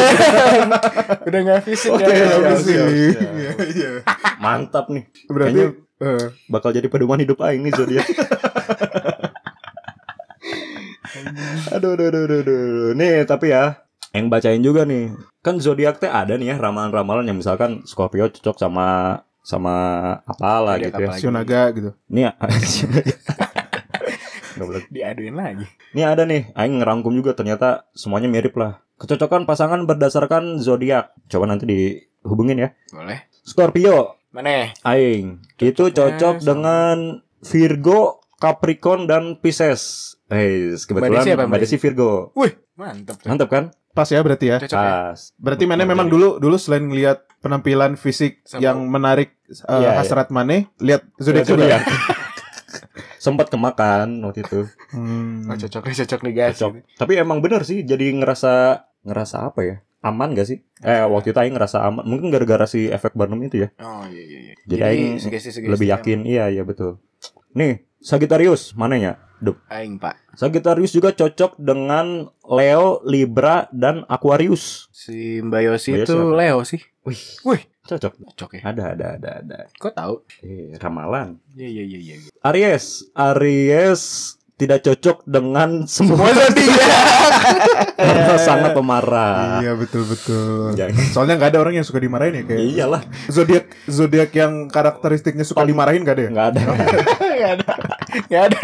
S2: Udah nggak fisik
S6: Oke,
S2: ya.
S6: siap,
S2: Udah
S6: siap,
S2: fisik.
S6: siap.
S7: Iya, iya.
S6: Mantap nih.
S7: Berarti
S6: Kayaknya
S7: eh,
S6: bakal jadi pedoman hidup Aing nih zodiak. aduh, aduh, aduh, aduh, aduh. Nih tapi ya yang bacain juga nih kan zodiak teh ada nih ya ramalan-ramalan yang misalkan Scorpio cocok sama sama
S2: Zodiak
S6: apalah gitu ya.
S2: apa lagi?
S7: Sionaga gitu.
S6: Nih, Goblok.
S2: Diaduin lagi.
S6: Nih ada nih, aing ngerangkum juga ternyata semuanya mirip lah. Kecocokan pasangan berdasarkan zodiak. Coba nanti dihubungin ya.
S2: Boleh.
S6: Scorpio,
S2: Mana? ya?
S6: aing. itu cocok
S2: sama-
S6: dengan Virgo, Capricorn dan Pisces. Eh,
S2: Mbak
S6: kebetulan
S2: Desi apa, Mbak
S6: Mbak Desi Virgo.
S2: Wih, mantap. tuh.
S6: Mantap kan?
S7: Pas ya berarti ya.
S2: Cocok ya?
S6: Pas.
S7: Berarti mana
S6: Betul.
S7: memang dulu dulu selain ngelihat penampilan fisik
S2: Sama-
S7: yang menarik eh,
S6: Iya, iya.
S7: hasrat Mane, lihat zodiak
S6: Zodiak.
S7: juga. ya?
S6: Sempat kemakan waktu itu.
S7: Hmm.
S2: Oh, cocok nih, cocok nih guys.
S6: Cocok. Tapi emang bener sih jadi ngerasa ngerasa apa ya? Aman gak sih? Eh, waktu itu aing ngerasa aman. Mungkin gara-gara si efek Barnum itu ya.
S2: Oh iya iya iya.
S6: Jadi, aing
S2: sugesti-sugesti
S6: lebih yakin iya iya betul nih Sagittarius mananya Dup.
S2: aing, Pak.
S6: Sagittarius juga cocok dengan Leo Libra dan Aquarius
S2: Si Mbak Yosi
S6: Mbak Yosi
S2: itu
S6: apa?
S2: Leo sih.
S6: wih
S2: Wih.
S6: cocok
S2: Cocok ya.
S6: ada ada ada ada
S2: Kok tahu?
S6: eh, ramalan
S2: Iya iya iya iya.
S6: Aries Aries tidak cocok dengan
S2: Semua
S6: semua Iya. karena sangat pemarah.
S7: Iya betul betul.
S6: Jangan.
S7: Soalnya nggak ada orang yang suka dimarahin ya kayak.
S6: Iyalah,
S7: Zodiak zodiak yang karakteristiknya suka
S6: Iya.
S7: dimarahin gak ada ya?
S6: nggak ada.
S2: Gak ada. Gak ada.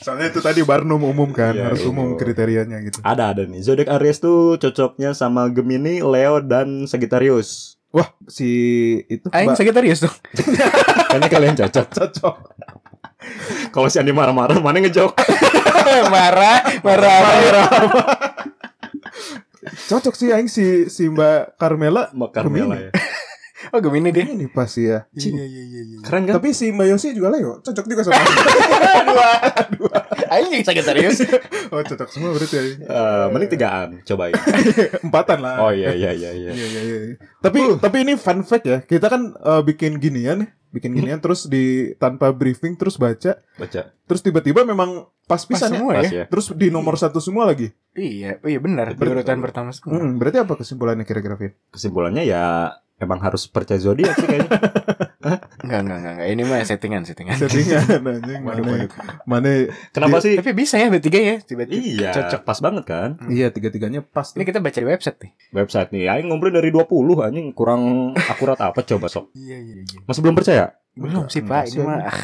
S7: Soalnya itu tadi Barnum umum kan,
S6: Iya,
S7: harus umum
S6: umum.
S7: kriterianya gitu.
S6: Ada ada nih. Zodiak Aries tuh cocoknya sama Gemini, Leo dan Sagittarius.
S7: Wah, si itu
S2: Aing
S7: Mbak-
S2: Sagittarius dong.
S6: Kayaknya kalian cocok.
S7: cocok.
S6: Kalau si Andi marah-marah, mana ngejok?
S2: marah, marah, marah.
S7: Cocok sih aing si si Mbak Carmela.
S6: Mbak Carmela
S7: Gemini.
S6: ya.
S2: Oh Gemini dia.
S7: Ini pasti ya.
S2: Iya iya iya. iya.
S6: Keren kan?
S7: Tapi si Mbak Yosi juga Leo, cocok juga sama.
S2: Aing yang Sagittarius.
S7: oh, cocok semua berarti. ya.
S6: Eh, mending tigaan, cobain.
S7: Empatan lah.
S6: Oh iya iya iya iya.
S7: Iya iya iya. Tapi tapi ini fun fact ya. Kita kan eh, bikin ginian, bikin ginian terus di tanpa briefing terus baca,
S6: Baca.
S7: terus tiba-tiba memang pas
S2: Pas
S7: pisan ya.
S2: semua
S6: Pas
S2: ya.
S6: ya.
S7: Terus di nomor satu semua lagi.
S2: Iya, oh, iya benar. Di
S6: Betul.
S2: urutan pertama semua.
S7: Hmm, berarti apa kesimpulannya kira-kira Fit?
S6: Kesimpulannya ya emang harus percaya zodiak sih kayaknya.
S2: Enggak enggak enggak. enggak. Ini mah settingan settingan.
S7: Settingan anjing
S2: Waduh,
S7: mana. ya?
S2: waduh.
S7: Mana
S6: Kenapa sih?
S2: Tapi bisa ya bertiga ya tiba-tiba.
S6: Iya,
S2: Cocok.
S6: cocok pas banget kan?
S7: iya tiga-tiganya pas.
S2: Ini
S7: tuh.
S2: kita baca di website nih.
S6: Website nih, aing ngumpulin dari 20 anjing kurang akurat apa coba sok.
S2: Iya iya iya.
S6: Masih belum percaya?
S2: Belum sih
S7: Enggak
S2: Pak, ini
S7: sih,
S2: mah ah,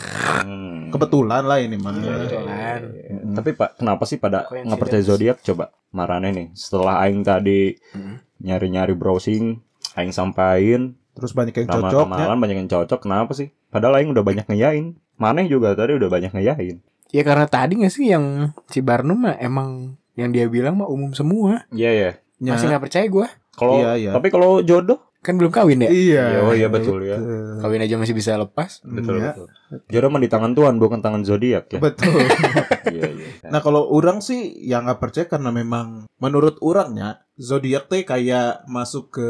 S6: Hmm.
S7: Kebetulan lah ini ya? mah.
S6: Iya, iya, iya,
S2: Kebetulan.
S6: iya. Tapi Pak, kenapa sih pada
S2: Coincidence.
S6: nggak percaya zodiak coba? Marane nih, setelah aing tadi
S2: Hmm.
S6: nyari-nyari browsing, aing sampain
S7: Terus banyak yang cocoknya.
S6: ramalan banyak yang cocok, kenapa sih? Padahal aing udah banyak ngeyain. Maneh juga tadi udah banyak ngeyain.
S2: Ya karena tadi nggak sih yang si Barnum mah emang yang dia bilang mah umum semua.
S6: Iya, iya.
S7: Ya.
S2: Masih nggak percaya gua
S6: Kalau
S7: Iya, iya.
S6: tapi kalau jodoh?
S2: Kan belum kawin ya?
S7: Iya.
S6: Iya, oh iya, betul, ya.
S2: Kawin aja masih bisa lepas.
S7: Betul. Iya,
S6: betul. Jodoh mah di tangan Tuhan, bukan tangan zodiak ya.
S7: Betul.
S6: Iya, iya.
S7: Nah kalau orang sih yang nggak percaya karena memang menurut orangnya zodiak teh kayak masuk ke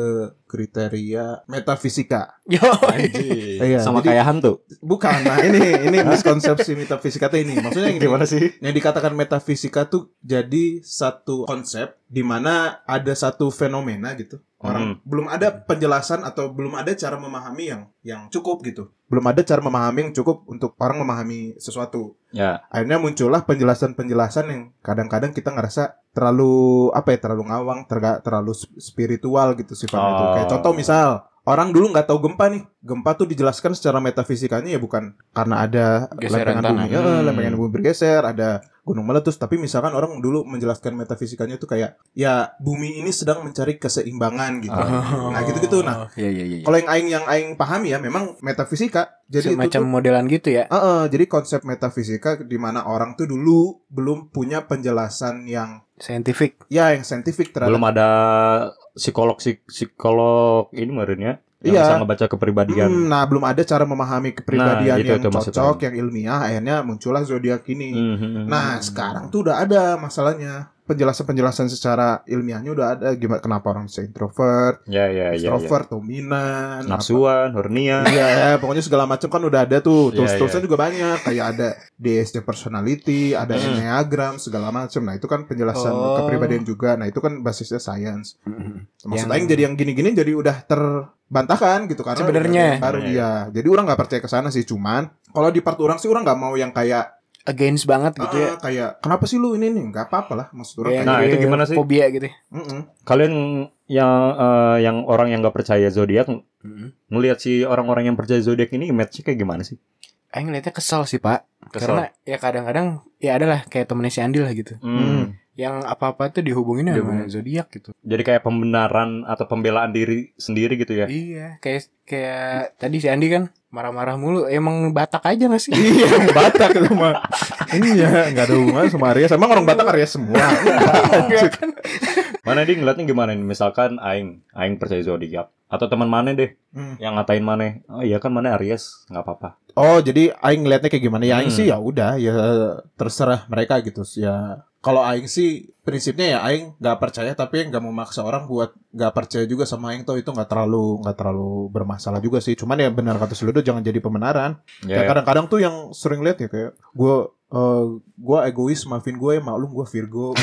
S7: kriteria metafisika.
S2: Yo.
S6: Anjing.
S7: Iya,
S6: sama
S7: jadi-
S6: kayak hantu.
S7: Bukan. Nah ini ini miskonsepsi metafisika teh ini. Maksudnya gini,
S6: Gimana sih?
S7: yang dikatakan metafisika tuh jadi satu konsep di mana ada satu fenomena gitu.
S6: Hmm.
S7: Orang belum ada penjelasan atau belum ada cara memahami yang yang cukup gitu. Belum ada cara memahami yang cukup untuk orang memahami sesuatu
S6: Ya,
S7: akhirnya muncullah penjelasan-penjelasan yang kadang-kadang kita ngerasa terlalu apa ya terlalu ngawang terga- terlalu sp- spiritual gitu sifatnya itu
S6: Oh.
S7: kayak contoh misal orang dulu nggak tahu gempa nih gempa tuh dijelaskan secara metafisikanya ya bukan karena ada lempengan
S2: Geseran tanah.
S7: bumi Eh,
S6: Hmm.
S7: lempengan bumi bergeser ada gunung meletus tapi misalkan orang dulu menjelaskan metafisikanya itu kayak ya bumi ini sedang mencari keseimbangan gitu
S2: Ah.
S6: Oh.
S7: nah gitu-gitu nah
S2: Iya iya iya.
S7: kalau yang aing yang aing pahami ya memang metafisika jadi itu
S2: Semacam
S7: tuh-
S2: modelan gitu ya.
S7: Heeh, jadi konsep metafisika di mana orang tuh dulu belum punya penjelasan yang
S2: Scientific.
S7: ya yang saintifik terhadap
S6: belum ada psikolog psik- psikolog ini merinnya yang
S7: Iya.
S6: bisa ngebaca kepribadian.
S7: Hmm, nah belum ada cara memahami kepribadian
S6: Nah, itu-
S7: yang
S6: itu maksud
S7: cocok,
S6: orang.
S7: yang ilmiah, akhirnya muncullah zodiak ini.
S6: Mhm.
S7: Nah sekarang tuh udah ada masalahnya penjelasan-penjelasan secara ilmiahnya udah ada gimana kenapa orang bisa introvert,
S6: ya ya ya. ya.
S7: extrovert, dominan, apa-
S6: Nafsuan, hornia.
S7: Iya, ya, pokoknya segala macam kan udah ada tuh.
S6: Iya,
S7: Tools-toolsnya juga banyak. Kayak ada DSD personality, ada
S6: Hmm.
S7: enneagram, segala macam. Nah, itu kan penjelasan
S2: Oh.
S7: kepribadian juga. Nah, itu kan basisnya science. Maksud
S2: Yang-
S7: aing jadi yang gini-gini jadi udah terbantahkan gitu karena
S2: Sebenarnya.
S7: udah ada yang baru
S6: Iya,
S7: ya. Jadi orang nggak percaya ke sana sih, cuman kalau di part orang sih orang nggak mau yang kayak
S2: Against banget gitu ya. Iya.
S7: "Ah, kayak kenapa sih lu ini nih? Nggak apa-apa lah maksud orang.
S2: Yang
S7: kayak,
S6: Nah, itu
S2: kayak
S6: gimana sih?
S2: Fobia gitu. ya.
S7: "Mm-mm."
S6: Kalian yang eh, yang orang yang nggak percaya zodiak ng-
S7: Mm-hmm.
S6: ngelihat si orang-orang yang percaya zodiak ini image-nya kayak gimana sih?
S2: Aing ngeliatnya kesel sih Pak. Karena
S6: Kesel.
S2: ya kadang-kadang ya adalah kayak temennya si Andi lah gitu.
S6: Hmm.
S2: Yang apa-apa tuh dihubungin sama
S6: Dihubungin.
S2: zodiak gitu.
S6: Jadi kayak pembenaran atau pembelaan diri sendiri gitu ya.
S2: Iya, kayak kayak tadi si Andi kan marah-marah mulu. Emang Batak aja gak sih?
S7: Iya, orang Batak itu mah. Iya, nggak ada hubungan sama Aries. Emang orang Batak Aries semua.
S2: Iya kan?
S6: Mana dia ngeliatnya gimana nih? Misalkan aing aing percaya zodiak atau teman mana deh
S7: Hmm.
S6: yang ngatain mana? Oh iya kan mana Aries, nggak apa-apa.
S7: Oh, jadi aing ngeliatnya kayak gimana? Ya aing
S6: Hmm.
S7: sih ya udah ya terserah mereka gitu. Ya kalau aing sih prinsipnya ya aing nggak percaya tapi nggak mau maksa orang buat nggak percaya juga sama aing tuh itu nggak terlalu nggak terlalu bermasalah juga sih. Cuman ya benar kata Seludo jangan jadi pembenaran. Ya
S6: Ya,
S7: kadang-kadang tuh yang sering lihat ya kayak gue eh gue egois maafin gue ya maklum gue Virgo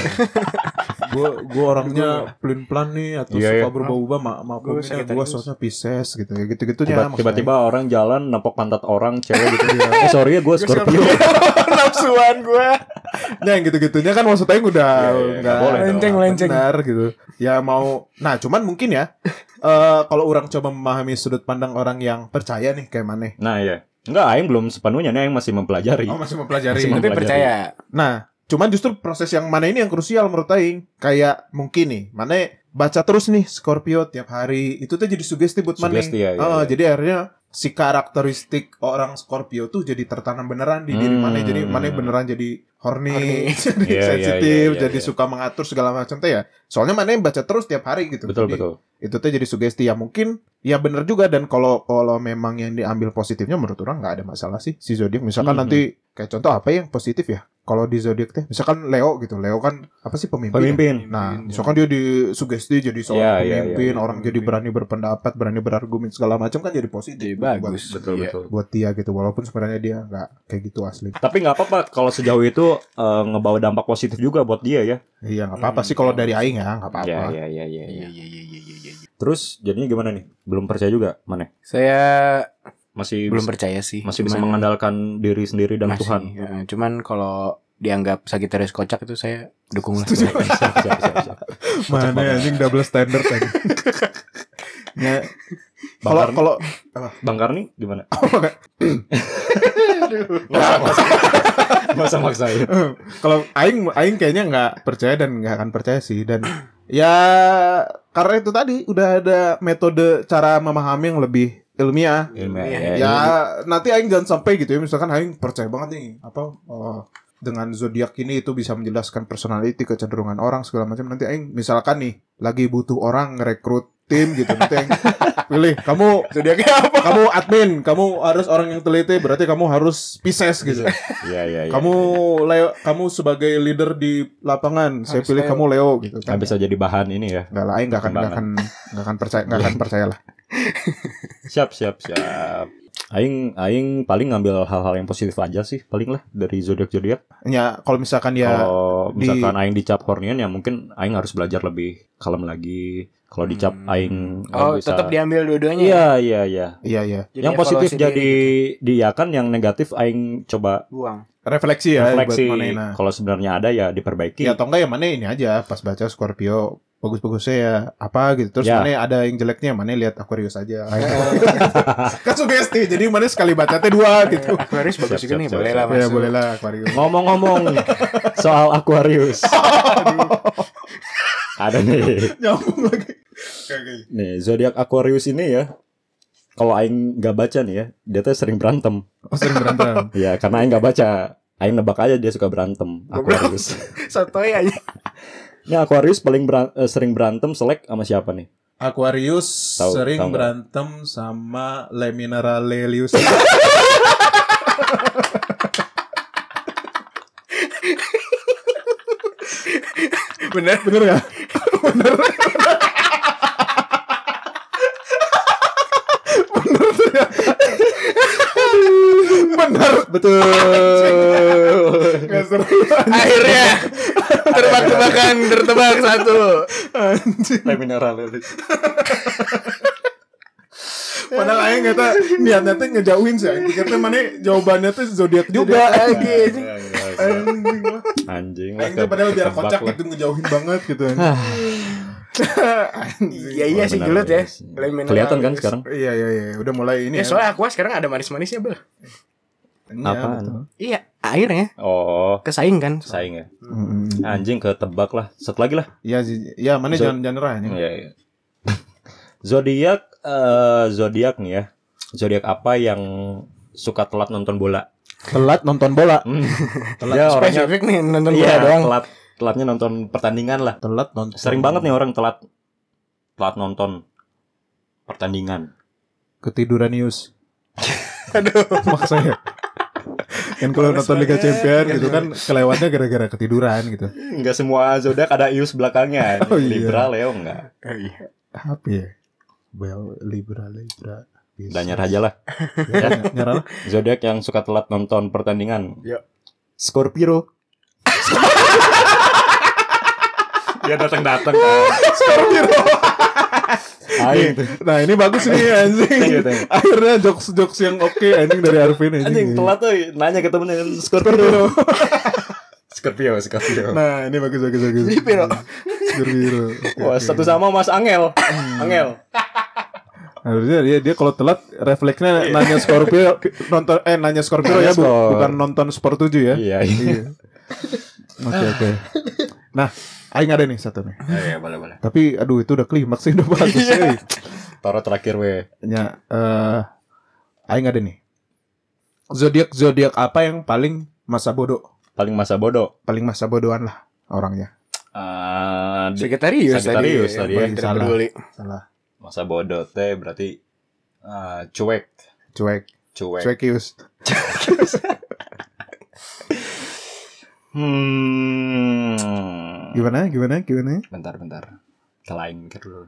S7: gue gue orangnya pelin pelan nih atau
S6: Iya,
S7: suka
S6: iya.
S7: berubah-ubah ma maafin
S2: Gua
S7: ya gue
S2: Sagittarius.
S7: soalnya Pisces gitu gitu gitunya
S6: Tiba- Tiba-tiba orang jalan nampok pantat orang cewek gitu. eh sorry ya gue Scorpio.
S2: Nafsuan gue.
S7: Nah yang gitu-gitunya kan maksudnya udah
S6: Iya, iya,
S7: nggak
S6: nggak boleh dong.
S2: Lenceng-lenceng.
S7: benar gitu. Ya mau Nah cuman mungkin ya eh Kalau orang coba memahami sudut pandang orang yang percaya nih kayak mana
S6: Nah iya. Enggak, Aing belum sepenuhnya nih Aing masih mempelajari.
S7: Oh masih mempelajari
S6: Masih
S2: Tapi
S6: mempelajari.
S2: percaya.
S7: Nah cuman justru proses yang mana ini yang krusial menurut Aing Kayak mungkin nih Mana baca terus nih Scorpio tiap hari Itu tuh jadi sugesti buat mana
S6: Sugesti, ya, iya,
S7: Oh,
S6: iya.
S7: Jadi akhirnya si karakteristik orang Scorpio tuh jadi tertanam beneran di diri
S6: Hmm.
S7: mana jadi mana beneran jadi horny,
S2: Horny.
S7: jadi
S6: Iya, iya,
S7: sensitif
S6: iya, iya,
S7: jadi
S6: iya.
S7: suka mengatur segala macam teh ya soalnya mana yang baca terus tiap hari gitu
S6: Betul
S7: Jadi,
S6: betul.
S7: itu teh jadi sugesti ya mungkin ya bener juga dan kalau kalau memang yang diambil positifnya menurut orang nggak ada masalah sih si zodiak misalkan
S6: Mhm.
S7: nanti kayak contoh apa yang positif ya kalau di zodiak teh misalkan Leo gitu Leo kan apa sih pemimpin, ya?
S6: Pemimpin.
S7: Nah,
S2: Pemimpin,
S7: misalkan dia disugesti jadi
S6: Iya,
S7: seorang
S6: iya,
S7: pemimpin,
S6: iya, iya.
S7: orang jadi berani berpendapat, berani berargumen segala macam kan jadi
S2: Jadi
S7: positif.
S2: bagus.
S6: Betul
S2: Iya.
S6: betul.
S7: Buat, buat dia gitu, walaupun sebenarnya dia nggak kayak gitu asli.
S6: Tapi nggak apa-apa kalau sejauh itu eh, ngebawa dampak positif juga buat dia ya.
S7: Iya, nggak apa-apa sih kalau dari Aing ya, nggak apa-apa.
S6: iya iya iya.
S2: Iya, iya, iya, iya, iya, iya.
S6: Terus jadinya gimana nih? Belum percaya juga mana?
S2: Saya
S6: Masih
S2: belum
S6: bisa-
S2: percaya sih.
S6: masih bisa
S2: Cuman-
S6: mengandalkan diri sendiri dan
S2: Masih,
S6: Tuhan.
S2: ya. cuman kalau dianggap Sagittarius kocak itu saya dukung lah.
S6: Bisa, bisa, bisa, bisa.
S7: Mana anjing double standard tadi. Ya,
S6: Bang
S7: kalau
S6: Karni,
S7: kalau
S6: Bang Karni gimana? Masa maksa ya.
S7: kalau aing aing kayaknya nggak percaya dan nggak akan percaya sih dan ya karena itu tadi udah ada metode cara memahami yang lebih ilmiah
S6: Ya,
S7: ya nanti aing jangan sampai gitu ya misalkan aing percaya banget nih apa oh, dengan zodiak ini itu bisa menjelaskan personality kecenderungan orang segala macam nanti aing misalkan nih lagi butuh orang ngerekrut tim gitu nanti aing pilih kamu zodiaknya apa kamu admin kamu harus orang yang teliti berarti kamu harus Pisces gitu
S6: ya, ya, ya.
S7: kamu Leo kamu sebagai leader di lapangan saya
S2: Harus
S7: pilih
S2: Leo.
S7: kamu Leo gitu
S6: Nggak
S7: kan
S6: bisa jadi bahan ini ya.
S7: Nggak lah, Aing nggak akan nggak akan nggak akan percaya nggak akan percaya lah.
S6: Siap, siap, siap. Aing, aing paling ngambil hal-hal yang positif aja sih, paling lah dari zodiak-zodiak.
S7: Ya kalau misalkan ya
S6: Kalau
S7: di-
S6: misalkan aing dicap hornian ya mungkin aing harus belajar lebih kalem lagi. Kalau dicap
S2: Hmm.
S6: aing
S2: Oh,
S6: aing bisa-
S2: tetap diambil dua-duanya. ya?
S6: Iya, iya, iya.
S7: iya iya
S2: Jadi
S6: yang positif
S2: evaluasi
S6: jadi
S2: diri.
S7: gitu.
S6: diiakan, yang negatif aing coba
S2: buang.
S7: refleksi ya
S6: refleksi.
S7: buat Manena.
S6: Kalau sebenarnya ada ya diperbaiki.
S7: Ya atau enggak ya mana ini aja pas baca Scorpio bagus-bagusnya ya apa gitu terus
S6: Ya.
S7: mana ada yang jeleknya mana lihat Aquarius aja kan sugesti jadi mana sekali baca teh dua gitu
S2: Aquarius bagus
S6: Siap,
S2: juga nih,
S6: siap,
S2: boleh
S6: siap,
S2: lah
S6: siap. Iya,
S2: masuk.
S7: ya boleh lah Aquarius
S6: Ngomong-ngomong soal Aquarius. ada nih.
S7: nyambung lagi Oke, oke.
S6: Nih, zodiak Aquarius ini ya. Kalau aing nggak baca nih ya, dia tuh sering berantem.
S7: oh sering berantem
S6: Ya, karena aing nggak baca. Aing nebak aja dia suka berantem Aquarius.
S2: Sotoy aja.
S6: Ini Aquarius paling beran- eh, sering berantem selek sama siapa nih?
S7: Aquarius
S6: Tahu,
S7: sering
S6: tahu nggak?
S7: berantem sama Leminaralelius.
S2: Bener.
S7: Bener ya? Bener. Bener tuh ya? Bener betul. Gak seru
S2: Akhirnya terbak-tebakan tertebak satu.
S7: Padahal aing kata niatnya tuh ngejauhin sih. Aing Pikir teh mana jawabannya tuh zodiak juga. eh, gitu.
S2: Lagi.
S7: Anjing lah.
S6: Anjing
S7: Aing tuh padahal biar kocak
S6: Tebak lah.
S7: gitu ngejauhin banget gitu.
S2: Iya iya sih
S6: Bener,
S2: gelut ya.
S6: Aquarius.
S2: Lem mineral.
S6: Kelihatan kan sekarang?
S7: Iya iya iya, udah mulai ini.
S2: Ya soalnya aku sekarang ada manis-manisnya, Bel.
S7: Ini ya,
S6: Apaan?
S7: betul.
S2: Iya, airnya
S6: Oh,
S2: kesaing kan.
S6: saing ya.
S7: Mm-mm.
S6: Anjing ketebak lah. Satu lagi lah.
S7: Ya, zi- ya mana
S6: Zo-
S7: jangan jangan nyerah
S2: Hmm.
S7: ini.
S6: Iya, iya. zodiak eh, zodiak nih ya. Zodiak apa yang suka telat nonton bola?
S7: Telat nonton bola.
S6: Hmm.
S7: Telat
S6: Dia orangnya
S2: Spesifik nih nonton bola
S6: iya,
S2: doang. Hmm.
S6: telat telatnya nonton pertandingan lah.
S7: Telat nonton.
S6: Sering banget nih orang telat telat nonton pertandingan.
S7: Ketiduran news. Aduh, maksudnya. Kan kalau nonton Liga Champion gitu kan kelewatnya gara-gara ketiduran gitu.
S6: Enggak semua zodiak ada ius belakangnya.
S7: Oh, iya.
S6: Libra, Leo enggak.
S2: Oh, iya.
S7: Apa ya? Well, Libra, Libra.
S6: Dan nyerah aja lah.
S7: Ya, nyerah lah.
S6: Zodiak yang suka telat nonton pertandingan.
S2: Ya.
S6: Scorpio. Dia datang-datang kan. Aing tuh.
S7: Nah ini bagus nih anjing.
S6: Thank you, thank you.
S7: Akhirnya jokes-jokes yang oke anjing dari Arvin anjing.
S6: Anjing telat tuh nanya ke temennya Scorpio. Scorpio, Scorpio.
S7: Nah ini bagus bagus bagus.
S2: Piro.
S7: Biru.
S6: Wah, satu sama Mas Angel. Angel.
S7: Harusnya dia dia kalau telat
S6: Iya.
S7: refleksnya nanya Scorpio nonton eh nanya Scorpio ya
S6: Nanya
S7: bu-
S6: Scor.
S7: bukan nonton Sport 7 ya.
S6: Iya, iya.
S7: Oke oke. Nah, aing ada nih satu nih.
S6: Iya, boleh, boleh.
S7: Tapi aduh itu udah klimaks sih udah bagus. eh.
S6: Iya. Toro terakhir we.
S7: Ya, eh aing ada nih. Zodiak zodiak apa yang paling masa bodoh?
S6: Paling masa bodoh.
S7: Paling masa bodohan lah orangnya.
S6: Eh, di-
S2: Sagittarius tadi.
S6: Sagittarius tadi
S2: Yang
S6: ya.
S2: paling tidak
S7: Salah.
S2: peduli.
S7: Salah.
S6: masa bodoh teh berarti eh, cuek,
S7: Cuek,
S6: cuek.
S7: cuekius.
S6: Hmm.
S7: Gimana? Gimana? Gimana?
S6: Bentar, bentar. Selain ke dulu.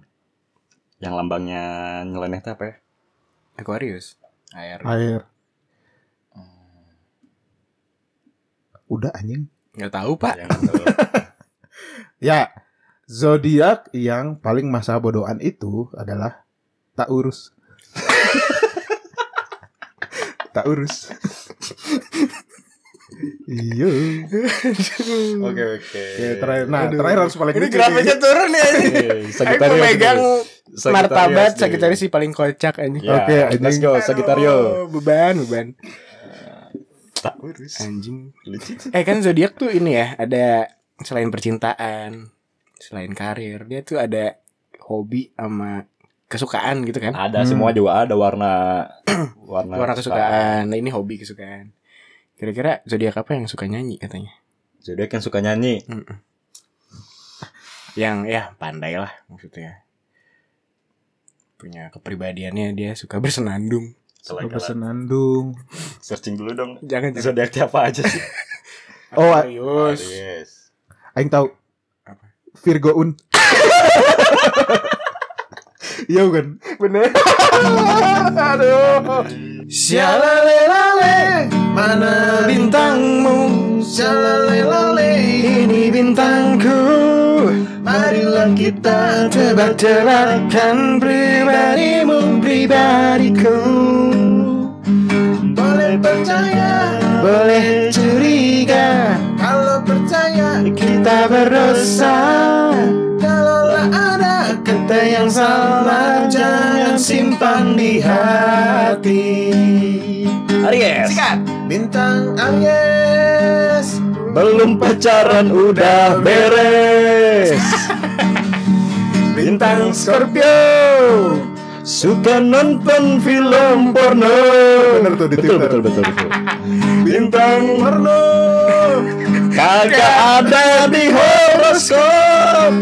S6: Yang lambangnya nyeleneh teh apa ya?
S2: Aquarius.
S6: Air.
S7: Air. Udah anjing.
S2: Gak tahu pak.
S6: Yang itu.
S7: Ya, zodiak yang paling masa bodohan itu adalah tak urus. tak urus. Iya.
S6: Oke, oke.
S7: Oke, terakhir. Nah, terakhir harus paling
S2: Ini
S7: lucu
S2: grafiknya
S7: nih.
S2: turun ya.
S6: Iya,
S2: Aku
S6: Sagitarius.
S2: pemegang
S6: Sagitarius
S2: martabat
S6: nih.
S2: Sagittarius sih paling kocak anjing.
S6: Ya,
S7: Oke, anjing.
S6: let's go Sagitario.
S2: Aduh, Beban, beban.
S6: Tak urus.
S2: Anjing. Eh kan zodiak tuh ini ya, ada selain percintaan, selain karir, dia tuh ada hobi sama kesukaan gitu kan.
S6: Ada semua juga ada warna warna,
S2: Warna kesukaan. Nah, ini hobi kesukaan. Kira-kira zodiak apa yang suka nyanyi katanya?
S6: Zodiak yang suka nyanyi.
S2: Yang ya pandai lah maksudnya. Punya kepribadiannya dia suka bersenandung.
S6: Selain
S7: Bersenandung.
S6: searching dulu dong.
S2: Jangan jangan.
S6: Zodiak apa aja sih?
S7: Oh, a-
S2: ah. Aquarius.
S6: Yes.
S7: aing tahu.
S2: Apa?
S7: Virgo Un. Iya bukan? Bener. Aduh.
S2: Syalalelale Mana bintangmu Syalalelale Ini bintangku Marilah kita tebak-tebakan Pribadimu, pribadiku Boleh percaya Boleh curiga
S7: Kalau percaya
S2: Kita berdosa
S7: Kalaulah ada
S2: Kata yang salah Jangan simpan di hati
S6: Aries.
S7: bintang Aries
S6: Belum pacaran udah beres.
S2: Bintang Scorpio
S6: Suka nonton film porno.
S7: Bener tuh di
S6: betul,
S7: Twitter.
S6: betul, betul, betul.
S2: Bintang Merno
S6: Kagak ada di horoskop.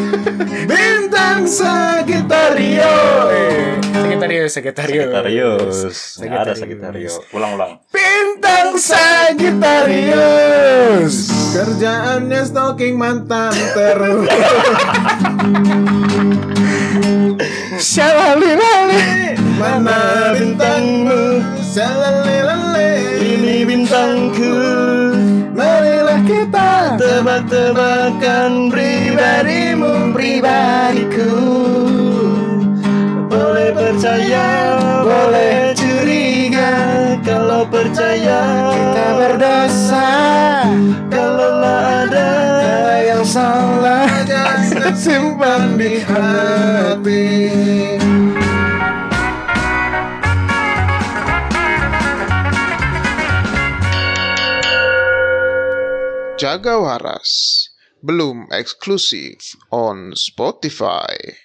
S2: Bintang Sagitario Eh, Sagitario Sagitario
S6: Sagittarius. Nggak Ada
S2: Sagittarius.
S6: Sagittarius. Ulang-ulang.
S2: Bintang Sagitarius
S7: kerjaannya stalking mantan terus
S2: Shalalilali
S7: mana bintangmu Salalelale
S6: Ini bintangku.
S2: Marilah kita
S6: Tebak-tebakan
S2: Pribadimu Pribadiku
S6: Boleh percaya,
S2: Boleh curiga
S6: Kalau percaya,
S2: Kita berdosa
S6: kalau ada
S2: Ada yang salah Jangan simpan di hati
S1: Jaga waras. Belum eksklusif on Spotify.